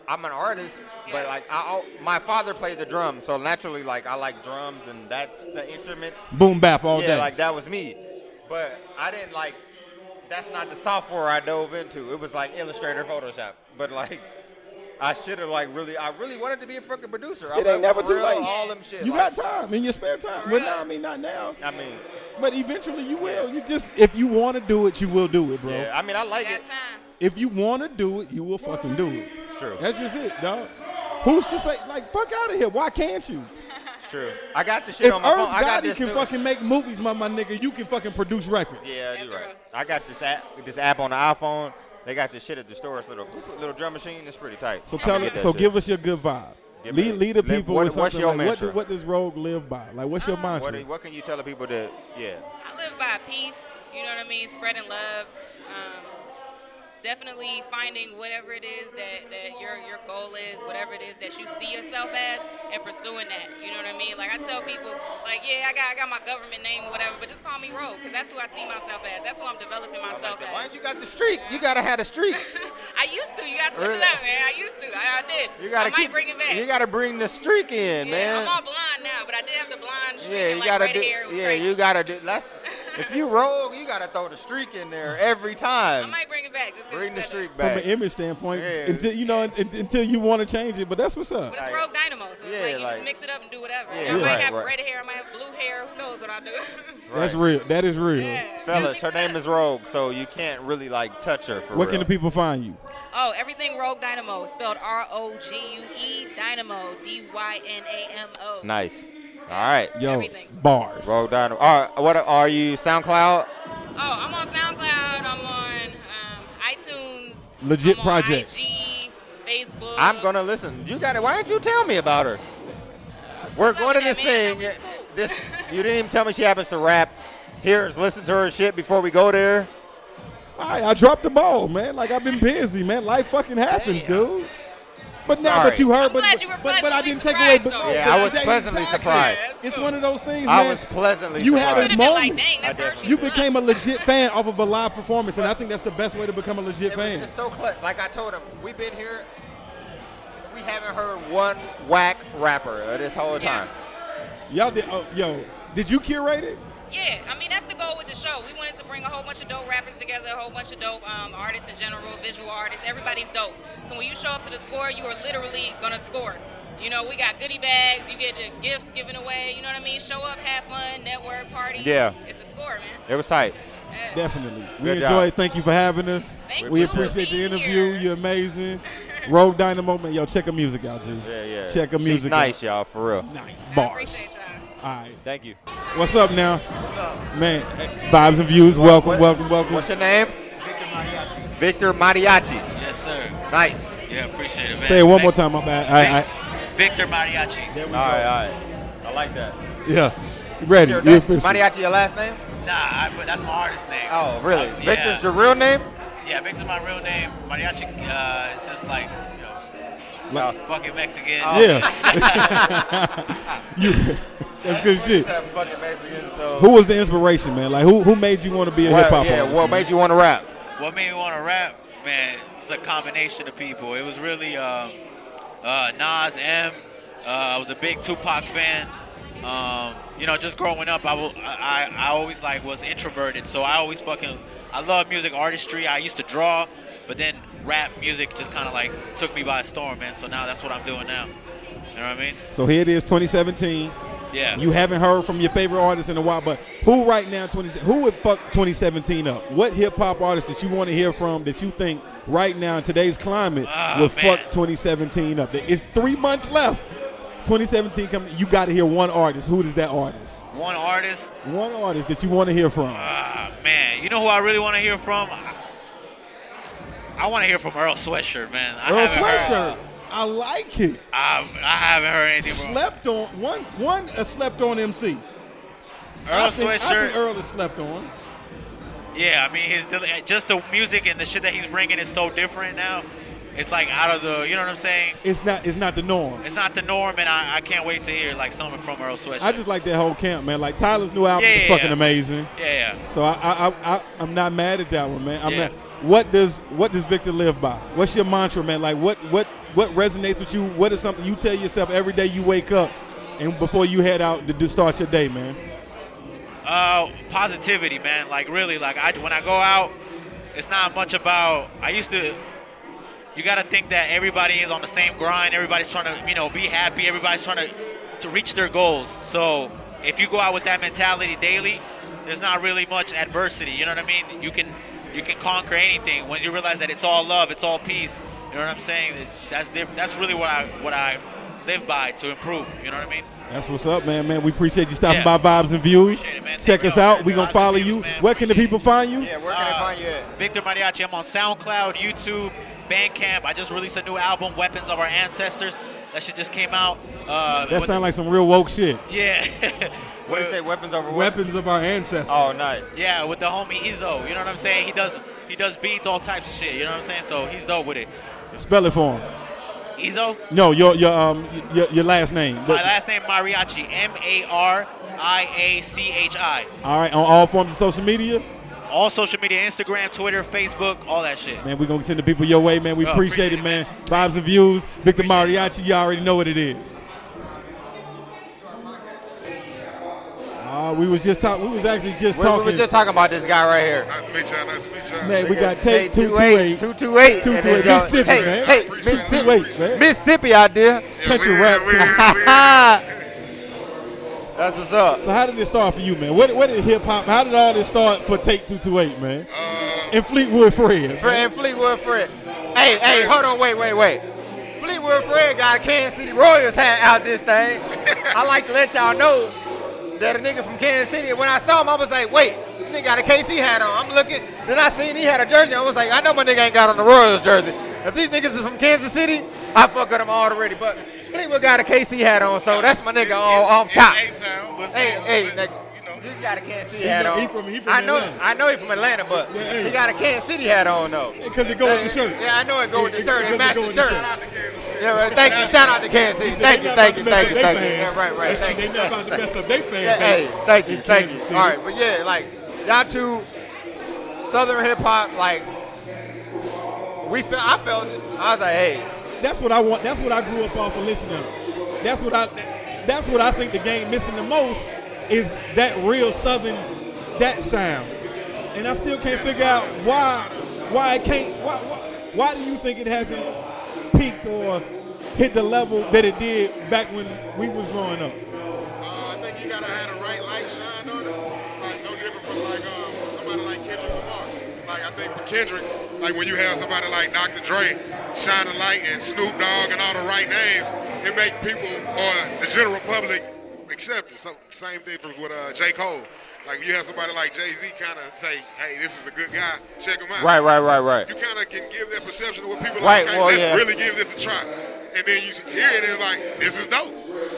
I'm an artist, but like I, al- my father played the drums, so naturally, like I like drums, and that's the instrument.
Boom bap all
yeah,
day.
like that was me. But I didn't like. That's not the software I dove into. It was like Illustrator, Photoshop. But like, I should have like really. I really wanted to be a freaking producer. I
It ain't
love
never too
real,
late.
All them shit.
you
like,
got time in your spare time. Well, no, I mean not now,
I mean,
but eventually you will. You just if you want to do it, you will do it, bro.
yeah. I mean, I like
That
it.
time.
If you want to do it, you will fucking do it.
It's true.
That's just it, dog. Who's to say like fuck out of here? Why can't you?
It's true. I got the shit
If Irv
on my phone. I got
Gotti
this
can
new-
fucking make movies, my my nigga, you can fucking produce records.
Yeah,
That's
you're right.
real.
I got this app. This app on the iPhone. They got this shit at the store. It's a little little drum machine. It's pretty tight.
So
I
tell
get
it.
that
So
shit.
give us your good vibe.
Give
lead,
me-
lead the
live-
people
what-
with
what's
something
your
like, what, do-
mantra?
what does Rogue live by? Like, what's your mantra?
What, do- what can you tell the people that? Yeah.
I live by peace, you know what I mean? Spreading love. Um, definitely finding whatever it is that, that your, your goal is, whatever it is that you see yourself as, and pursuing that. You know what I mean? Like I tell people, like, yeah, I got, I got my government name or whatever, but just call me Rogue, because that's who I see myself as. That's who I'm developing
I
myself
like that. Why ain't
as.
you got the streak? You gotta have the streak.
I used to. You got to switch
Really?
it up, man. I used to. I, I did.
You gotta
I might
keep.
bring it back.
You gotta bring the streak in,
yeah,
man.
I'm all blonde now, but I did have the blonde streak
yeah, you
and, like,
gotta
red
do.
hair. It was
yeah,
crazy.
you gotta do. That's if you rogue, you gotta throw the streak in there every
I
time.
might bring it back. Just 'cause
Bring
you
the
said that.
streak
From
back.
an image standpoint,
Yeah.
until you know, un- un- until you want to change it, but that's what's up.
But it's
Like-
Rogue Dynamo, so it's
Yeah,
like you
like-
just mix it up and do whatever.
Yeah,
I might
right,
have
right.
red hair, I might have blue hair, who knows what I'll do.
That's
Right.
real. That is real.
yeah.
Fellas,
Mix
her
it
name
up.
is Rogue, so you can't really like touch her for
Where
real.
can the people find you?
Oh, everything Rogue Dynamo, spelled R O G U E Dynamo, D Y N A M O.
Nice. All right.
Yo,
Everything.
bars.
Rogue Dynamo. All right, what are you? SoundCloud.
Oh, I'm on SoundCloud, I'm on um, iTunes,
Legit
I'm on
projects.
IG, Facebook.
I'm gonna listen. You got it. Why didn't you tell me about her? We're
up
going to this
with that, man?
thing.
That was cool.
This you didn't even tell me she happens to rap. Here's listen to her shit before we go there.
All right, I dropped the ball, man. Like I've been busy, man. Life fucking happens, dude. But now, but
Sorry.
you heard,
I'm
but,
glad
but,
you were
but, but I
pleasantly
didn't take away.
surprised,
But,
though.
no,
Yeah,
but
I was
that-
pleasantly
exactly.
surprised.
Yeah, that's
It's
cool.
one of those things, man.
I was pleasantly
You
surprised.
have
Could
a
have been like,
moment.
dang, that's
I
her.
did.
She
you
sucks.
became a legit fan off of a live performance, and I think that's the best way to become a legit
It was
fan.
just so clutch. Like I told him, we've been here. We haven't heard one whack rapper uh, this whole
Yeah.
time.
Y'all did, oh, yo, did you curate it?
Yeah, I mean that's the goal with the show. We wanted to bring a whole bunch of dope rappers together, a whole bunch of dope um, artists in general, visual artists. Everybody's dope. So when you show up to the score, you are literally gonna score. You know, we got goodie bags. You get the gifts given away. You know what I mean? Show up, have fun, network, party.
Yeah.
it's a score, man.
It was tight.
Yeah.
Definitely. We
Good
enjoyed
job.
it. Thank you for having us.
Thank
we
you for
appreciate the
being
interview.
here.
You're amazing. Rogue Dynamo, man. Yo, check her music out, G.
Yeah, yeah.
Check her
She's
music
nice, y'all, for real.
out. Nice.
I
Bars.
appreciate y'all.
All right.
Thank you.
What's up now? What's up? Man, vibes and views. Welcome,
What-
welcome, welcome.
What's your name? Victor Mariachi.
Yes, sir.
Nice.
Yeah, appreciate it, man.
Say it one
Thank-
more time, my bad. All right,
Victor Mariachi.
All right, all right. I like that.
all right. Yeah. You ready?
Your-
You
that's-
official.
Mariachi, your last name?
Nah, I, but that's my artist name.
Oh, really?
Uh, yeah.
Victor's your real name?
Yeah, Victor's my real name. Mariachi uh, is just like, you know,
No.
fucking Mexican.
Oh.
Yeah. you, that's good shit.
Seven fucking Mexicans, so.
Who was the inspiration, man? Like, who, who made you want to be a
What-
hip hop
yeah,
artist?
what
man?
made you want to rap?
What made me want to rap, man, it's a combination of people. It was really um, uh, Nas M. Uh, I was a big Tupac fan. Um, you know, just growing up, I, will, I, I- I always like was introverted, so I always fucking I love music, artistry. I used to draw, but then rap music just kind of like took me by storm, man. So now that's what I'm doing now. You know what I mean?
So here it is, 2017.
Yeah.
You haven't heard from your favorite artist in a while, but who right now 20 who would fuck 2017 up? What hip hop artist that you want to hear from that you think right now in today's climate
Ah,
would
man.
fuck 2017 up? It's three months left. 2017 coming. You got to hear one artist. Who is that artist?
One artist.
One artist that you want to hear from.
Ah, man. You know who I really want to hear from? I, I want to hear from Earl Sweatshirt, man. I
Earl
haven't heard-
Sweatshirt. I like it.
I, I haven't heard anything from
Slept on one. One a slept on MC.
Earl
I think, I think
Sweatshirt.
Earl is slept on.
Yeah, I mean, his deli- just the music and the shit that he's bringing is so different now. It's like out of the, you know what I'm saying?
It's not it's not the norm.
It's not the norm, and I, I can't wait to hear like something from Earl Sweatshirt.
I just like that whole camp, man. Like Tyler's new album
Yeah,
is
yeah,
fucking
yeah.
amazing.
yeah, yeah.
So I I, I I I'm not mad at that one, man. I'm
Yeah.
not. What does what does Victor live by? What's your mantra, man? Like what what what resonates with you? What is something you tell yourself every day you wake up and before you head out to do start your day, man?
Uh, positivity, man. Like really, like I when I go out, it's not much about. I used to. You gotta think that everybody is on the same grind. Everybody's trying to, you know, be happy. Everybody's trying to, to reach their goals. So if you go out with that mentality daily, there's not really much adversity. You know what I mean? You can, you can conquer anything once you realize that it's all love, it's all peace. You know what I'm saying? It's, that's diff- that's really what I what I live by to improve. You know what I mean?
That's what's up, man. Man, we appreciate you stopping
Yeah.
by Vibes and Views.
Appreciate it, man.
Check
Thank
us
y'all,
out.
man.
We gonna
Y'all
follow
good
you.
people, man.
Where can the
Appreciate
people find you?
Yeah, where can I
Uh,
find you at?
Victor Mariachi. I'm on SoundCloud, YouTube, Bandcamp. I just released a new album, Weapons of Our Ancestors. That shit just came out. Uh,
That
with-
sounds like some real woke shit.
yeah.
What do you say? Weapons over weapons?
Weapons of our ancestors.
Oh, nice.
yeah, with the homie Izzo. You know what I'm saying? He does he does beats, all types of shit. You know what I'm saying? So he's dope with it.
Spell it for them.
Izzo.
No, your your um your, your last name.
My last name Mariachi. M A R I A C H I.
all right, on all forms of social media.
All social media: Instagram, Twitter, Facebook, all that shit.
Man, we're gonna send the people your way, man. We
Oh,
appreciate,
appreciate
it,
it,
man. Vibes and views, Victor Mariachi, you all already know what it is. Uh, we was just talking. We was actually just
We, we
talking.
were just talking about this guy right here.
Nice to meet y'all. Nice to meet y'all.
man, we got tape two two
228,
eight.
228, and then
228,
y'all-
Mississippi,
Take-
man.
take
Appreciate
Mississippi,
Wait, man.
Mississippi out there.
Yeah,
Country
we here,
rap.
we here, we here.
That's what's up.
So how did it start for you, man? Where, where did hip hop? How did all this start for Take Two Two Eight, man?
Uh,
And Fleetwood Fred.
Fred and Fleetwood Fred. Hey, hey, hold on, wait, wait, wait. Fleetwood Fred got a Kansas City Royals hat out this thing. I like to let y'all know that a nigga from Kansas City, when I saw him, I was like, wait, nigga got a KC hat on. I'm looking, then I seen he had a jersey. I was like, I know my nigga ain't got on the Royals jersey. If these niggas is from Kansas City, I fuck with them already. But Fleetwood got a KC hat on, so that's my nigga all off top. Hey, hey, nigga.
You know,
You got a Kansas City
He
hat
from-
on.
he from- he from
I know,
Atlanta.
I know he from Atlanta, but
Yeah, hey.
he got a Kansas City hat on though.
Because it goes with the shirt.
Yeah, I know it go with
It-
the
it-
shirt.
it
It matches
goes
the
with the
shirt.
shirt.
Yeah, right. Thank you. Shout out to Kansas City. Thank you, thank you, thank you, thank you. Yeah, right, right. Thank
They
you.
not about to mess up they fans.
Yeah, hey, thank you,
in
thank you.
Kansas City.
All right, but yeah, like y'all two, Southern hip hop, like we felt. I felt it. I was like, hey,
That's what I want. That's what I grew up off of listening. to. That's what I. That's what I think the game missing the most is that real Southern, that sound. And I still can't figure out why, why it can't. Why, why, why do you think it hasn't peaked or hit the level that it did back when we was growing up?
uh, I think you gotta have the right light shined on it. Like no different from like um, somebody like Kendrick Lamar. Like I think with Kendrick, like when you have somebody like Dr. Dre shine a light and Snoop Dogg and all the right names, it make people or the general public accept it. So, same difference with uh, J. Cole. Like you have somebody like Jay Z kind of say, "Hey, this is a good guy. Check him out."
right, right, right, right.
you kind of can give that perception of what people
Right,
like. Hey,
well,
let's
yeah.
really give this a try. And then you hear it and it's like, this is dope.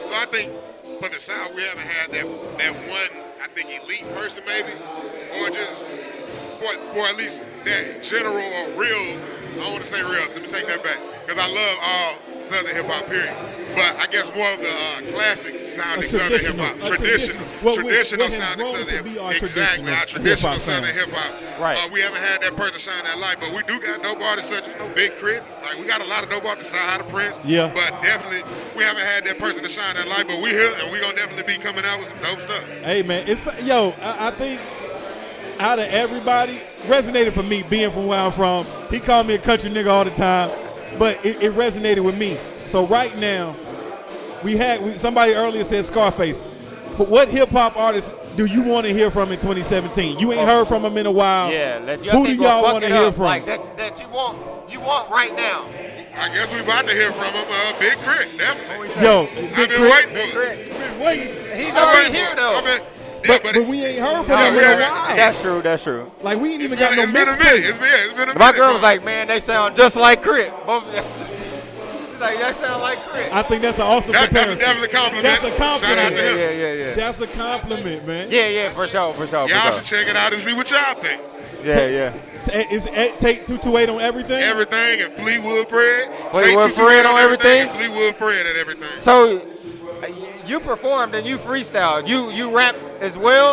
So I think for the South, we haven't had that that one, I think, elite person maybe, or just for, for at least that general or real. I don't want to say real. Let me take that back because I love all Southern hip hop. Period. But I guess more of the uh, classic sounding Southern hip
traditional,
hop,
a
traditional,
traditional- what we-
traditional
what has
sounding
grown
Southern
to be our
hip exactly
traditional
our
hip-hop
traditional Southern
sound.
hip hop.
Right.
Uh, we haven't had that person shine that light, but we do got dope artists such as you know, Big Crit. Like we got a lot of dope artists outside of Prince.
Yeah.
But definitely, we haven't had that person to shine that light. But we here, and we gonna definitely be coming out with some dope stuff.
Hey man, it's yo. I, I think out of everybody, resonated for me being from where I'm from. He called me a country nigga all the time, but it, it resonated with me. So right now, we had we, somebody earlier said Scarface. But what hip hop artist do you want to hear from in 2017? You ain't heard from him in a while.
Yeah, let y'all
Who do y'all want to hear from?
Like that, that you want, you want right now.
I guess we about to hear from him, uh, Big Crit. Definitely.
yo,
I've been waiting for it.
Correct.
Been waiting.
He's
I've
already
been-
here though.
I've been- yeah,
But,
but,
but we ain't heard from
No,
him
we
in a
haven't.
while.
That's true. That's true.
like we ain't
it's
even
been,
got no
it's been a minute. It's
mixtape.
been, it's been a minute.
My girl was like, man, they sound just like Crit. Both of us. She's like, that sound like Crit.
I think that's an awesome
That- that's a
comparison.
definitely compliment.
That's a compliment.
Shout out to
Yeah,
him.
yeah, yeah, yeah.
That's a compliment, man.
Yeah, yeah, for sure, for sure,
Y'all
for
should
sure.
check it out and see what y'all think.
Yeah, yeah.
T- Is it take two two eight on everything?
Everything and Fleetwood Fred.
Fleetwood
Take two
Fred
Fred
on everything?
and Fleetwood Fred at everything.
So uh, y- you performed and you freestyled. You you rap as well.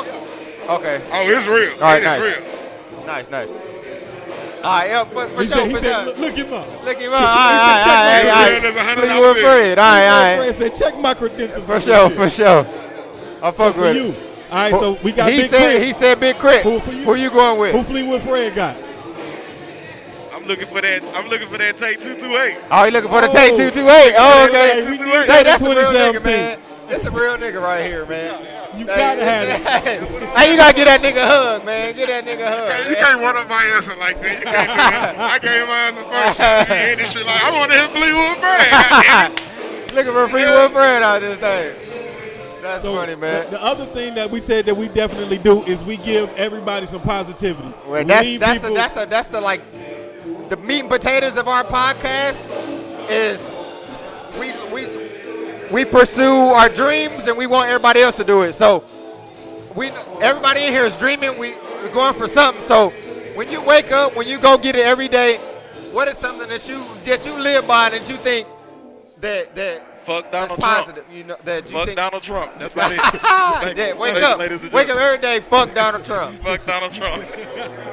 Okay.
Oh, it's real.
All right,
it is
nice.
real.
Nice, nice. All right, yeah, for, for
he
sure,
said, he
for
said,
sure.
"Look- look him up.
Look him up. All right, all
Yeah,
right, all
there's a
right.
hundred
Fleetwood
outfits.
Fred. All right, all right.
Fred said, check my credentials.
For sure, for sure. I fuck
For
with
you.
it.
All right, so we got
he
Big
said
Crit.
he said big crit.
Who for you?
Who you going with?
Who Fleetwood Fred got?
I'm looking for that. I'm looking for that take two two eight.
Oh, he looking for the
Oh.
take two two eight. Oh, okay.
Hey, we need
Hey,
that
that's a
in
real nigga,
2017.
man. That's a real nigga right here, man.
You gotta have it.
it. Hey, you gotta get that nigga a hug, man. Get that nigga a hug.
Hey, you can't run up my answer like that. You can't do that. I gave my answer first. The industry like, I want to hit Fleetwood Fred. God damn it.
Looking for a free wood friend out this thing. That's
So
funny, man.
The, the other thing that we said that we definitely do is we give everybody some positivity.
Well,
We
that's
leave
that's a,
people-
that's a, that's the like the meat and potatoes of our podcast is we we we pursue our dreams and we want everybody else to do it. So we everybody in here is dreaming. We, we're going for something. So when you wake up, when you go get it every day, what is something that you that you live by and that you think that that
Fuck
that's
Donald Trump.
positive? You know that you
Fuck
think
Donald Trump. That's about it.
Ah,
Thank you.
yeah, wake
Thank you,
up.
ladies and
Wake up every day. Fuck Donald Trump.
Fuck Donald Trump.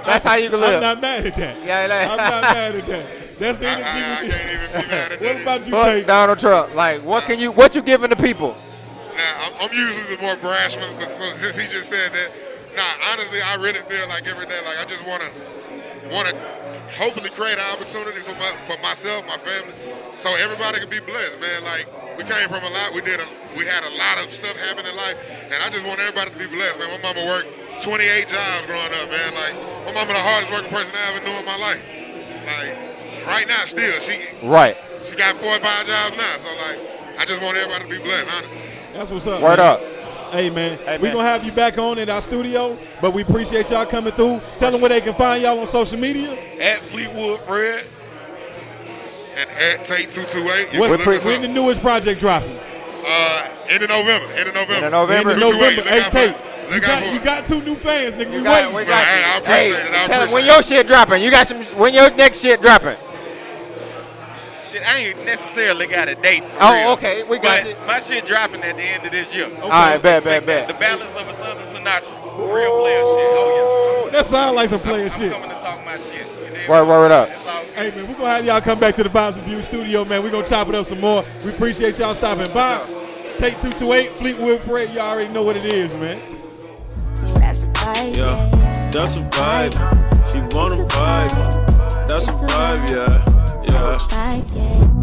That's how you can
I'm
live.
not mad at that.
Yeah, like-
I'm not mad at that. That's the
I,
energy
I, I
we
can't
need.
even be mad
What
at that.
about you,
Fuck
Tate?
Donald Trump. Like, what can you, what you giving the people?
Nah, I'm, I'm usually the more brash one, but so since he just said that, nah, honestly, I really feel like every day, like I just wanna, wanna, hopefully create an opportunity for my, for myself, my family, so everybody can be blessed, man. Like we came from a lot, we did, a, we had a lot of stuff happen in life, and I just want everybody to be blessed, man. My mama worked 28 jobs growing up, man. Like my mama, the hardest working person I ever knew in my life. Like right now, still, she
Right.
she got four or five jobs now, so like I just want everybody to be blessed, honestly.
That's what's up.
Word
man.
up.
Hey, man.
Hey,
We're
man.
going to have you back on in our studio, but we appreciate y'all coming through. Tell them where they can find y'all on social media.
At Fleetwood Fred.
and at Tate 228. You
What's
can look us
when the
up.
newest project dropping?
Uh, end of November. End of November.
End of November.
In November.
228, look
Hey,
out for it.
Tate. You
Look out
got,
for
you
it.
got two new fans, nigga.
You
we
got, we
waiting.
got
Hey,
you.
I appreciate
Hey,
it. I
tell them
appreciate
when
it.
your shit dropping. You got some, when your next shit dropping.
Shit, I ain't necessarily got a date. for
Oh,
real.
okay, we got
But
you.
My shit dropping at the end of this year.
All right, bet, bet,
The
bet.
balance of a Southern Sinatra. Real player shit. Oh,
That sounds like some
yeah.
player
I'm
shit.
coming to talk my shit. You dig?
Word, word up.
It's all
Hey man, we're gonna have y'all come back to the Vibes Review studio, man. We're gonna chop it up some more. We appreciate y'all stopping by. Take two two eight, Fleetwood Fred. Y'all already know what it is, man.
That's a vibe.
Yeah, that's a vibe. She wanna vibe. That's a vibe, yeah. Yeah.
Vibe, yeah.